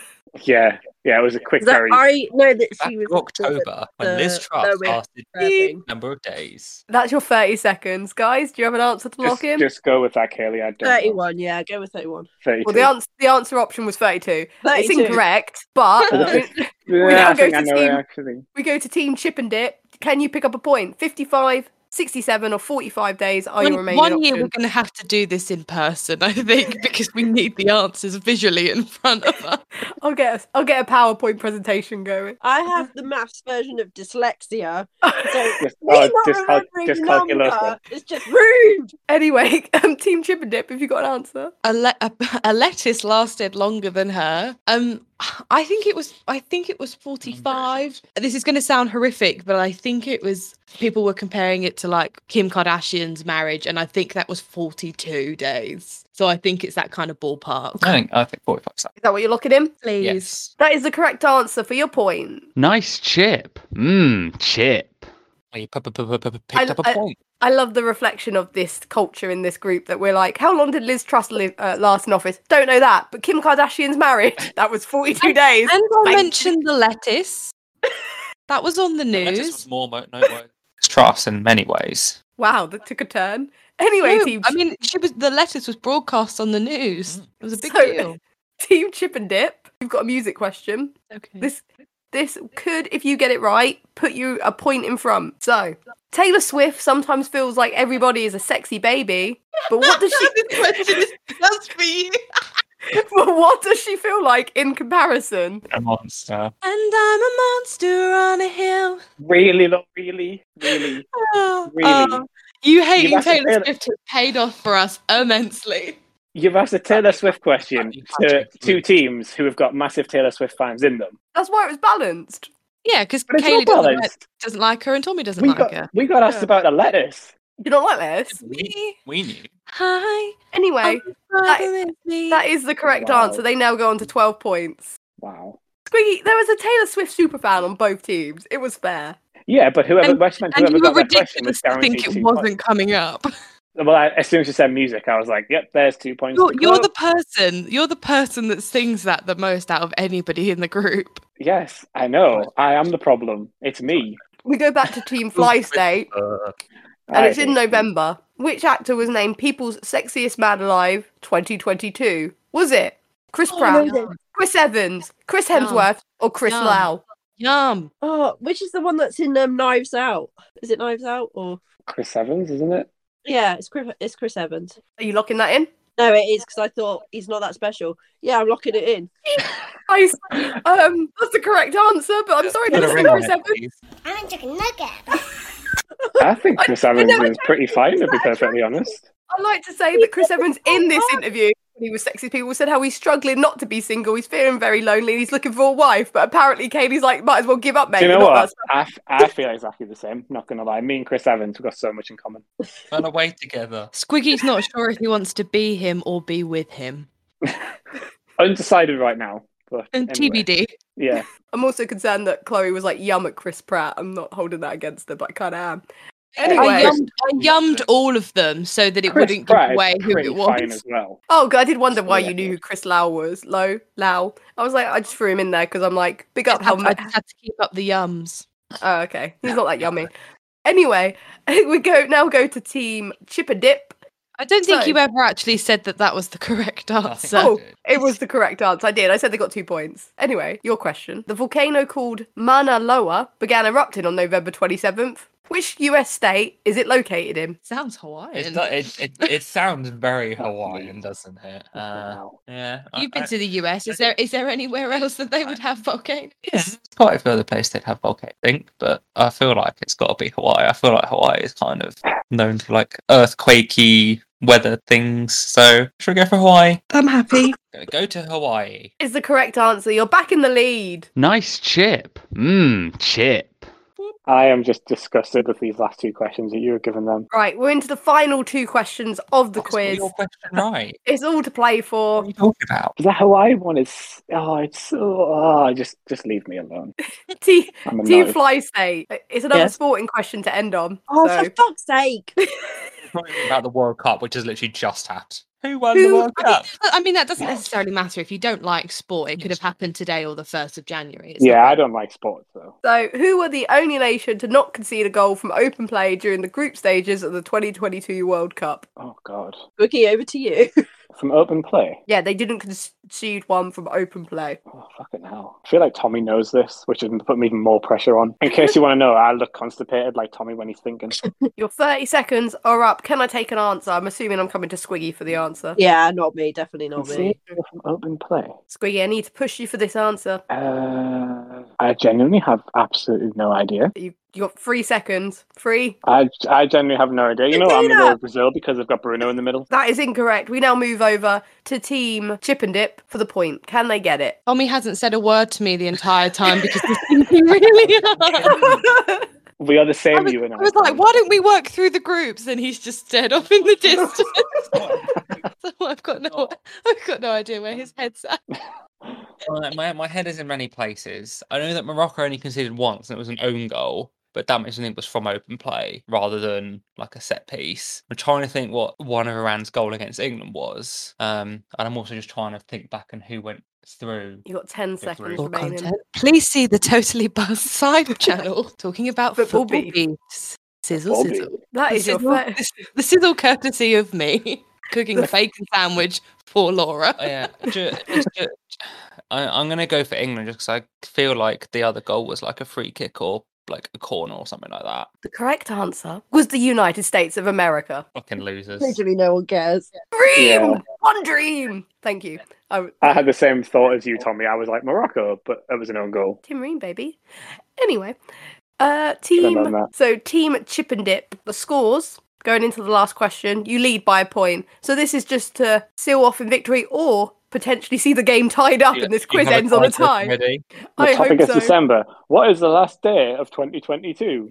C: Yeah, yeah. It was a quick,
F: That
C: very.
F: I know that
D: Back
F: she was
D: in October, when Liz
F: the
D: Truss
F: lowest
D: lasted
F: serving.
D: a number of days.
B: That's your 30 seconds. Guys, do you have an answer to
C: Just,
B: lock in?
C: just go with that, Kaylee. I don't know.
F: Thirty one, yeah, go with thirty one.
C: Thirty-two.
B: Well, the answer, the answer option was 32. It's
F: 32.
B: incorrect, but
C: Is it
B: we
C: yeah,
B: now
C: I
B: go
C: think
B: to
C: I know it
B: team-
C: actually.
B: we go to Team Chip and Dip. Can you pick up a point? 55, 67, or 45 days are your
E: one
B: Oh, remaining
E: one year
B: options.
E: we're going to have to do this in person, I think, because we need the answers visually in front of us.
B: I'll get a, I'll get a PowerPoint presentation going.
F: I have the maths version of dyslexia. So
C: Just,
F: me
C: oh,
F: not
C: dyscal-
F: remembering the
C: dyscalculosis.
F: number is just rude.
B: Anyway, um, Team Chip and Dip, have you got an answer?
E: a, le- a, a lettuce lasted longer than her. Um, I think it was. I think it was forty-five. This is going to sound horrific, but I think it was. People were comparing it to like Kim Kardashian's marriage, and I think that was forty-two days. So I think it's that kind of ballpark.
D: I think I think 45 seconds.
B: Is that what you're looking in?
E: Please.
B: That is the correct answer for your point.
H: Nice chip. Mmm, chip.
D: You p- p- p- p- p-
B: I-
D: picked up a
B: I-
D: point.
B: I love the reflection of this culture in this group that we're like, how long did Liz Truss live, uh, last in office? Don't know that, but Kim Kardashian's marriage, that was 42 days.
E: And I
B: Thank-
E: mentioned the lettuce. That was on the
D: Lettuce was
E: news.
D: more mo- noteworthy. Truss in many ways.
B: Wow, that took a turn. Anyway,
E: No,
B: team,
E: I mean, she was the lettuce was broadcast on the news. It was a big
B: Mm. So-
E: deal.
B: team Chip and Dip, you've got a music question.
E: Okay.
B: This this could, if you get it right, put you a point in front. So, Taylor Swift sometimes feels like everybody is a sexy baby, but what does she?
E: this question is just for you.
B: but what does she feel like in comparison?
D: A monster.
E: And I'm a monster on a hill.
C: Really, look, really, really.
E: Oh,
C: Really?
E: oh, you hating
C: must have
E: Taylor
C: failed-
E: Swift has paid off for us immensely.
C: You've asked a Taylor Swift question to two teams who have got massive Taylor Swift fans in them.
B: That's why it was balanced.
E: Yeah, because
C: But it's all
E: Kaylee doesn't like,
C: balanced.
E: doesn't like her and Tommy doesn't
C: We
E: like
C: got,
E: her.
C: we got asked about the lettuce.
B: You don't like this.
D: We, we knew.
E: Hi,
B: Anyway,
E: that,
B: that is the correct
C: Wow.
B: answer. They now go on to 12 points.
C: Wow.
B: Squiggy, there was a Taylor Swift superfan on both teams. It was fair.
C: Yeah, but whoever,
E: And-
C: Westman,
E: and
C: whoever
E: you were
C: got that question was
E: ridiculous to
C: guaranteed
E: think it
C: two
E: wasn't
C: points.
E: coming up.
C: Well, I, as soon as you said music, I was like, "Yep, there's two points."
E: You're,
C: to
E: you're the
C: Chloe.
E: person. You're the person that sings that the most out of anybody in the group.
C: Yes, I know. I am the problem. It's me.
B: We go back to Team Fly State,
D: Uh,
B: and it's
C: I-
B: in November. Which actor was named People's Sexiest Man Alive 2022? Was it Chris
D: Oh,
B: Pratt,
F: Amazing.
B: Chris Evans, Chris Hemsworth, or Chris
E: No.
B: Lau?
E: Yum.
F: Oh, which is the one that's in um, Knives Out? Is it Knives Out or?
C: Chris Evans, isn't it?
F: Yeah, it's Chris. It's Chris Evans.
B: Are you locking that in?
F: No, it is because I thought he's not that special. Yeah, I'm locking it in.
B: I s- um, that's the correct answer, but I'm sorry,
D: put a
B: Chris
D: ring on
B: Evans.
D: it, please.
I: I want chicken nugget.
C: I think Chris Evans
B: know, I
C: is pretty fine, to be perfectly honest.
B: I like to say that Chris Evans in this interview, when he was sexy people, said how he's struggling not to be single, he's feeling very lonely, and he's looking for a wife. But apparently, Katie's like, might as well give up, mate.
C: Do you know
B: Not
C: what?
B: us.
C: I, f- I feel exactly the same. Not gonna lie, me and Chris Evans have got so much in common.
D: Run away together.
E: Squiggy's not sure if he wants to be him or be with him.
C: Undecided right now, but
E: And
C: anyway.
E: TBD.
C: Yeah,
B: I'm also concerned that Chloe was like yum at Chris Pratt. I'm not holding that against her, but I kind of am.
E: I
B: Anyway,
C: Chris-
E: yummed, I yummed all of them so that it
C: Chris
E: wouldn't
C: Pratt
E: give
C: is
E: away who
C: pretty
E: it
C: fine
E: was.
C: as well.
B: oh god, I did wonder why
C: Yeah.
B: you knew who Chris Lau was. Low, Lau. I was like, I just threw him in there because I'm like, big up how
E: I
B: much.
E: just had to keep up the yums.
B: Oh, okay, he's not that yummy. Anyway, we go now. Go to Team Chip a Dip.
E: I don't think
B: So-
E: you ever actually said that that was the correct
D: I think
E: answer.
D: I
B: Oh,
D: did.
B: it was the correct answer. I did. I said they got two points. Anyway, your question. The volcano called Mauna Loa began erupting on November 27th. Which US state is it located in?
E: Sounds Hawaiian.
D: It, do- it, it, it sounds very Hawaiian, doesn't it? Uh,
C: Wow.
D: yeah. I-
E: You've been
D: I-
E: to the US. Is there is there anywhere else that they would have volcanoes?
D: yeah, it's quite a further place they'd have volcano, I think, but I feel like it's got to be Hawaii. I feel like Hawaii is kind of known for like earthquakey weather things. So should we go for Hawaii?
G: I'm happy.
D: Go- Go to Hawaii.
B: Is the correct answer. You're back in the lead.
H: Nice chip. Mmm, chip.
C: I am just disgusted with these last two questions that you were giving them.
B: Right, we're into the final two questions of the
D: That's all
B: quiz. Oh.
D: Your question, right?
B: It's all to play
D: What are
B: for.
D: you talking about?
C: The Hawaii one is oh, it's so oh, just just leave me alone.
B: T-
C: I'm
B: Team
C: annoyed.
B: Fly State. It's another
F: Yes.
B: sporting question to end on.
F: Oh,
B: so-
F: for fuck's sake!
D: Talking about the World Cup, which has literally just happened. Who won
B: Who-
D: the World
E: I mean,
D: Cup?
E: that- I mean, that doesn't necessarily matter if you don't like sport. It could have happened today or the first of January. It's not
C: yeah,
E: like-
C: I don't like sports though.
B: So, who were the only nation to not concede a goal from open play during the group stages of the 2022 World Cup?
C: Oh god,
F: Boogie, over to you.
C: from open play.
B: Yeah, they didn't concede one from open play.
C: Oh fucking hell! I feel like Tommy knows this, which has put me even more pressure on. In case you want to know, I look constipated like Tommy when he's thinking.
B: Your 30 seconds are up. Can I take an answer? I'm assuming I'm coming to Squiggy for the answer.
F: Yeah, not me. Definitely not
C: See,
F: me.
C: from open play.
B: Squiggy, I need to push you for this answer.
C: Uh, I genuinely have absolutely no idea.
B: You, you got three seconds. Three.
C: I, I genuinely have no idea. You
F: You
C: know,
F: do
C: what? I'm gonna go
F: that.
C: with Brazil because I've got Bruno in the middle.
B: That is incorrect. We now move over to Team Chip and Dip for the point. Can they get it?
E: Tommy hasn't said a word to me the entire time because he's thinking really hard.
C: We are the same.
E: I was,
C: you and I.
E: I was like, why don't we work through the groups? And he's just stared off in the distance. so I've got no, I've got no idea where his head's at.
D: Uh, my, my head is in many places. I know that Morocco only conceded once and it was an own goal, but that makes me think it was from open play rather than like a set piece. I'm trying to think what one of Iran's goal against England was. Um, and I'm also just trying to think back on who went through.
B: You got 10 seconds
D: For
B: remaining.
E: Please see the Totally Buzz side channel talking about
B: Football
E: football,
B: beef.
E: beefs. Sizzle,
C: Bobby.
E: sizzle.
B: That
E: The
B: is your
E: sizzle-
B: fir-
E: this, the sizzle courtesy of me cooking
B: The-
E: a bacon sandwich for Laura.
D: Oh, yeah, ju- it's ju- I, am gonna go for England just because I feel like the other goal was like a free kick or like a corner or something like that.
B: The correct answer was the United States of America.
D: Fucking losers.
F: Literally, no one cares.
B: Dream!
C: Yeah.
B: One dream! Thank you. I,
C: I had the same thought as you, Tommy. I was like Morocco, but it was an own goal.
B: Tim Ream, baby. Anyway, uh,
C: done
B: team.
C: that.
B: So team Chip and Dip. The scores going into the last question. You lead by a point. So this is just to seal off in victory, or potentially see the game tied up,
D: You-
B: and this
D: you
B: quiz
D: have
B: ends on a
D: title
B: tie.
D: already?
C: The
B: I
C: topic
B: hope
C: is
B: so.
C: December. What is the last day of 2022?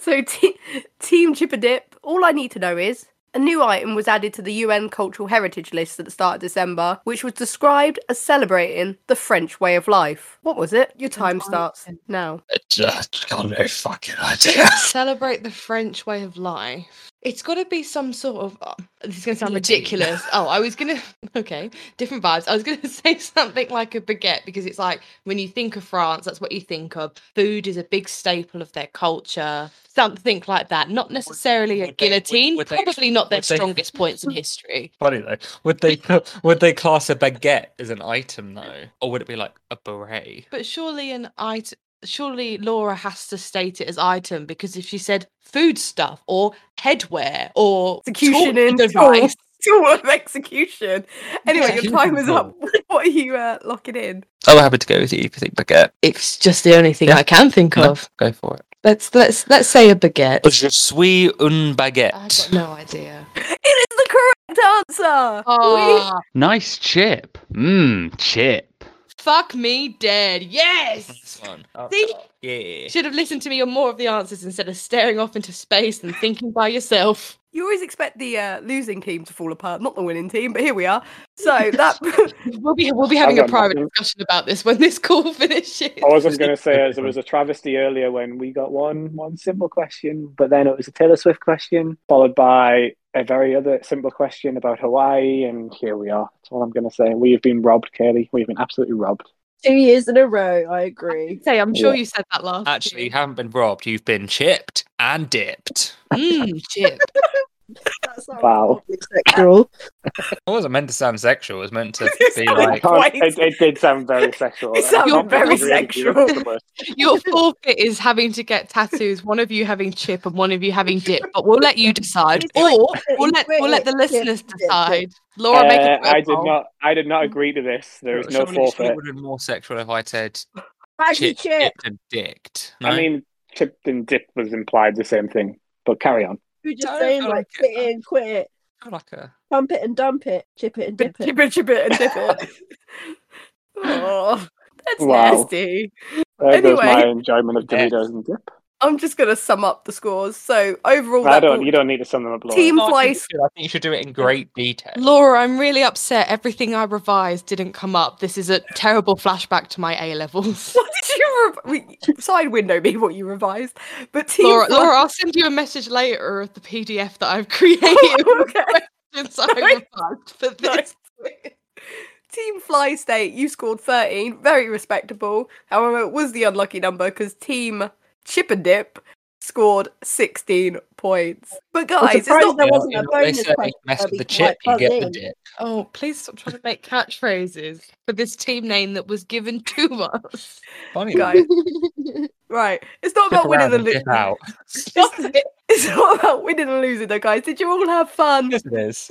B: So te- team Chip and Dip. All I need to know is. A new item was added to the UN Cultural Heritage List at the start of December, which was described as celebrating the French way of life. What was it? Your time starts now.
D: I just got no fucking idea.
E: Celebrate the French way of life. It's got to be some sort of. oh, this is going to sound ridiculous. oh, I was going to. Okay, different vibes. I was going to say something like a baguette because it's like when you think of France, that's what you think of. Food is a big staple of their culture. Something like that. Not necessarily
D: would
E: a
D: they- would-
E: guillotine.
D: would they-
E: probably not their
D: would they-
E: strongest points in history.
D: Funny though, would they would they class a baguette as an item though, or would it be like a beret?
E: But surely an item. Surely Laura has to state it as item because if she said food stuff or headwear or
B: Execution
E: torture
B: in
E: device,
B: Tool of execution. Anyway,
E: Yeah.
B: your time is up. What are you uh, locking in?
D: Oh, happy to go with you if you think baguette.
E: it's just the only thing
D: Yeah.
E: I can think
D: No.
E: of.
D: Go for it.
E: Let's let's let's say a baguette.
D: Je suis un
E: I've got
D: baguette.
E: no idea.
B: It is the correct answer.
E: Oh,
H: Nice chip. Mmm, chip.
E: fuck me dead.
D: Nice
E: Yes.
D: one. Oh,
E: See?
D: Yeah.
E: Should have listened to me on more of the answers instead of staring off into space and thinking by yourself.
B: You always expect the uh, losing team to fall apart, not the winning team, but here we are. So that
E: We'll be we'll be having a
C: got
E: private
C: nothing.
E: discussion about this when this call finishes.
C: I wasn't going to say as there was a travesty earlier when we got one one simple question, but then it was a Taylor Swift question followed by a very other simple question about Hawaii, and here we are. That's all I'm going to say. We have been robbed, Kaylee. We have been absolutely robbed.
F: Two years in a row, I agree.
E: I'd Say, I'm sure
C: Yeah.
E: you said that last.
D: Actually, you haven't been robbed. You've been chipped and dipped.
E: mm, chip.
F: That sounds
C: Wow.
F: awfully sexual.
D: It wasn't meant to sound sexual. It was meant to
B: It
D: be
B: sounded
D: like.
B: quite-
C: It, it, it did sound very sexual.
B: It
C: and I
B: sounded
C: can't
E: very
C: believe I really
B: sexual.
C: did the worst.
E: Your forfeit is having to get tattoos. One of you having chip and one of you having dip. But we'll let you decide,
F: It's
E: or we'll
F: it's
E: let we'll let the
F: British chip,
E: listeners
F: dip, dip.
E: decide. Laura, make
C: Uh,
E: a
C: I
E: I
C: did not. I did not agree to this. There is no
D: Surely- surely it
C: forfeit.
D: would have been more sexual if I said
F: Baggy
D: chip,
F: chip.
D: dipped, and dicked.
C: I
D: No?
C: mean, chipped and dip was implied the same thing, but carry on.
F: You're just
D: I don't
F: saying
D: feel
F: like
D: like it.
F: fit it and quit it,
D: I feel like a.
F: pump it and dump it, chip it and
B: bit,
F: dip it.
B: bit, bit, bit, and dip it. oh, that's
C: Wow.
B: nasty.
C: There goes my
B: Anyway.
C: enjoyment of
D: Yeah.
C: Doritos and dip.
B: I'm just gonna sum up the scores. So overall,
C: I
B: that
C: don't.
B: brought
C: You don't need to sum them up. Laura.
B: team
D: Oh, I think you
B: flies.
D: should- I think you should do it in great detail.
E: Laura, I'm really upset. Everything I revised didn't come up. This is a terrible flashback to my A levels.
B: What did you re- we- side window me what you revised? But team
E: Laura,
B: flies.
E: Laura, I'll send you a message later of the PDF that I've created
B: okay.
E: since I revised for this.
B: Team Fly State, you scored 13, very respectable. However, it was the unlucky number because Team Chip and Dip scored 16 points. But
F: I'm
B: guys, it's
F: surprised
B: not
F: there
D: You know-
F: wasn't
D: you
F: a
D: know what they
F: bonus
D: say,
F: question.
D: mess
F: where
D: with
F: we
D: the
F: can, like,
D: chip, you
F: buzz
D: get the
F: in.
D: dip.
E: Oh, please stop trying to make catchphrases for this team name that was given to us.
D: Funny though.
B: guys. right. It's not about
D: Dip
B: winning
D: around
B: the
D: and dip
B: lo-
D: out.
E: Stop it.
B: It's not about winning and losing though, guys. Did you all have fun?
D: Yes, it is.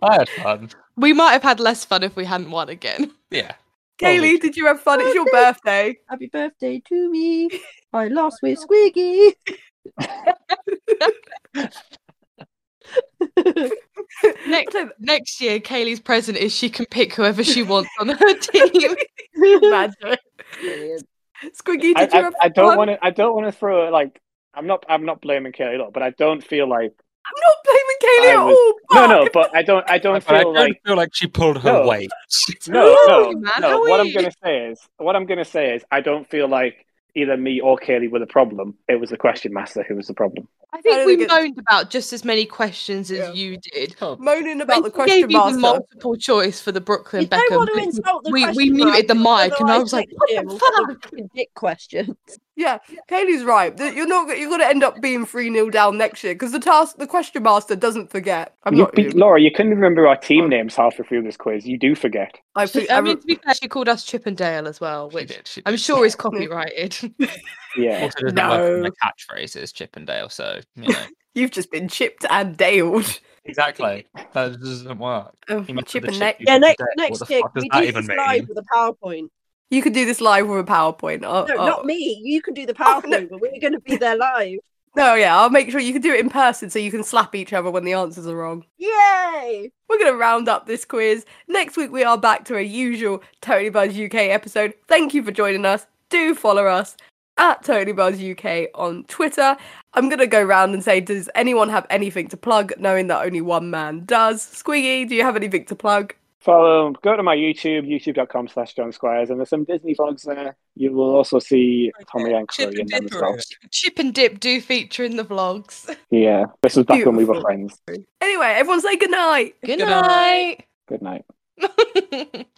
D: I had fun.
E: We might have had less fun if we hadn't won again.
D: Yeah. Probably.
B: Kaylee, did you have fun? It's your
F: Okay.
B: birthday.
F: Happy birthday to me. I lost with Squiggy.
E: Next,
B: I don't-
E: next year, Kaylee's present is she can pick whoever she wants on her team.
B: Magic. Squiggy, did
C: I,
B: you
C: I,
B: have
C: I
B: fun?
C: don't want to. I don't want to throw like. I'm not. I'm not blaming Kaylee at all, but I don't feel like.
B: I'm not blaming Kaylee
C: I
B: at
C: was-
B: all.
C: No,
B: But
C: no. But I don't. I don't
D: But I
C: feel
D: don't
C: like.
D: feel like she pulled her
C: No.
D: weight.
C: No, no,
E: Ooh, man,
C: no.
E: how
C: What
E: are
C: I'm
E: you?
C: gonna say is. What I'm gonna say is. I don't feel like either me or Kaylee were the problem. It was the question master who was the problem.
E: I think
B: don't
E: we
B: think it's-
E: moaned about just as many questions as
B: Yeah.
E: you did.
B: moaning about
E: When
B: the
E: she gave
B: question
E: you
B: master.
E: the multiple choice for the Brooklyn
F: You
E: Beckham.
F: don't want to
E: bit,
F: insult the
E: we,
F: question.
E: we muted the
F: master,
E: mic, and I was like,
F: otherwise next
E: "What
F: year we'll
E: the
F: get
E: fuck?"
F: the fucking Dick question.
B: Yeah, Kaylee's right. Th- You're not. You're gonna end up being three 0 down next year because the task, the question master doesn't forget. I'm
C: You
B: not.
C: beat,
B: you.
C: Laura, you couldn't remember our team names halar through this quiz. You do forget.
B: I,
E: She-
B: think
E: I
B: I
E: mean,
B: re-
E: to be fair, she called us Chippendale as well,
D: She
E: which
D: did. She did.
E: I'm sure is copyrighted.
C: Yeah.
D: Also doesn't work
B: No.
D: on the catchphrases, Chippendale. So you know
B: you've just been chipped and daled.
D: exactly that doesn't work.
B: Um,
D: You must have
B: chip
D: the
B: and
D: chip
B: neck.
D: you
F: Yeah,
D: can
F: next
D: get.
F: next
D: what the
F: kick.
D: fuck does
F: We
D: that
F: do
D: even
F: this
D: mean?
F: live with a PowerPoint.
B: You could do this live with a PowerPoint. Oh,
F: No,
B: oh.
F: not me. You can do the
E: Oh,
F: PowerPoint,
B: no.
F: but we're going to be there live.
B: No, yeah, I'll make sure you can do it in person so you can slap each other when the answers are wrong.
F: Yay!
B: We're going to round up this quiz. Next week, we are back to our usual Tony Buzz UK episode. Thank you for joining us. Do follow us at Tony Buzz UK on Twitter. I'm going to go round and say, does anyone have anything to plug, knowing that only one man does? Squiggy, do you have anything to plug?
C: Follow, go to my YouTube, youtube.com slash John Squires, and there's some Disney vlogs there. You will also see Tommy and
D: Chip
C: Chloe in
D: and
C: them as well.
D: Dipper.
E: Chip and Dip do feature in the vlogs.
C: Yeah, this was back when we were
B: Beautiful.
C: friends.
B: Anyway, everyone say goodnight.
E: Good
D: night.
E: night.
C: Good night.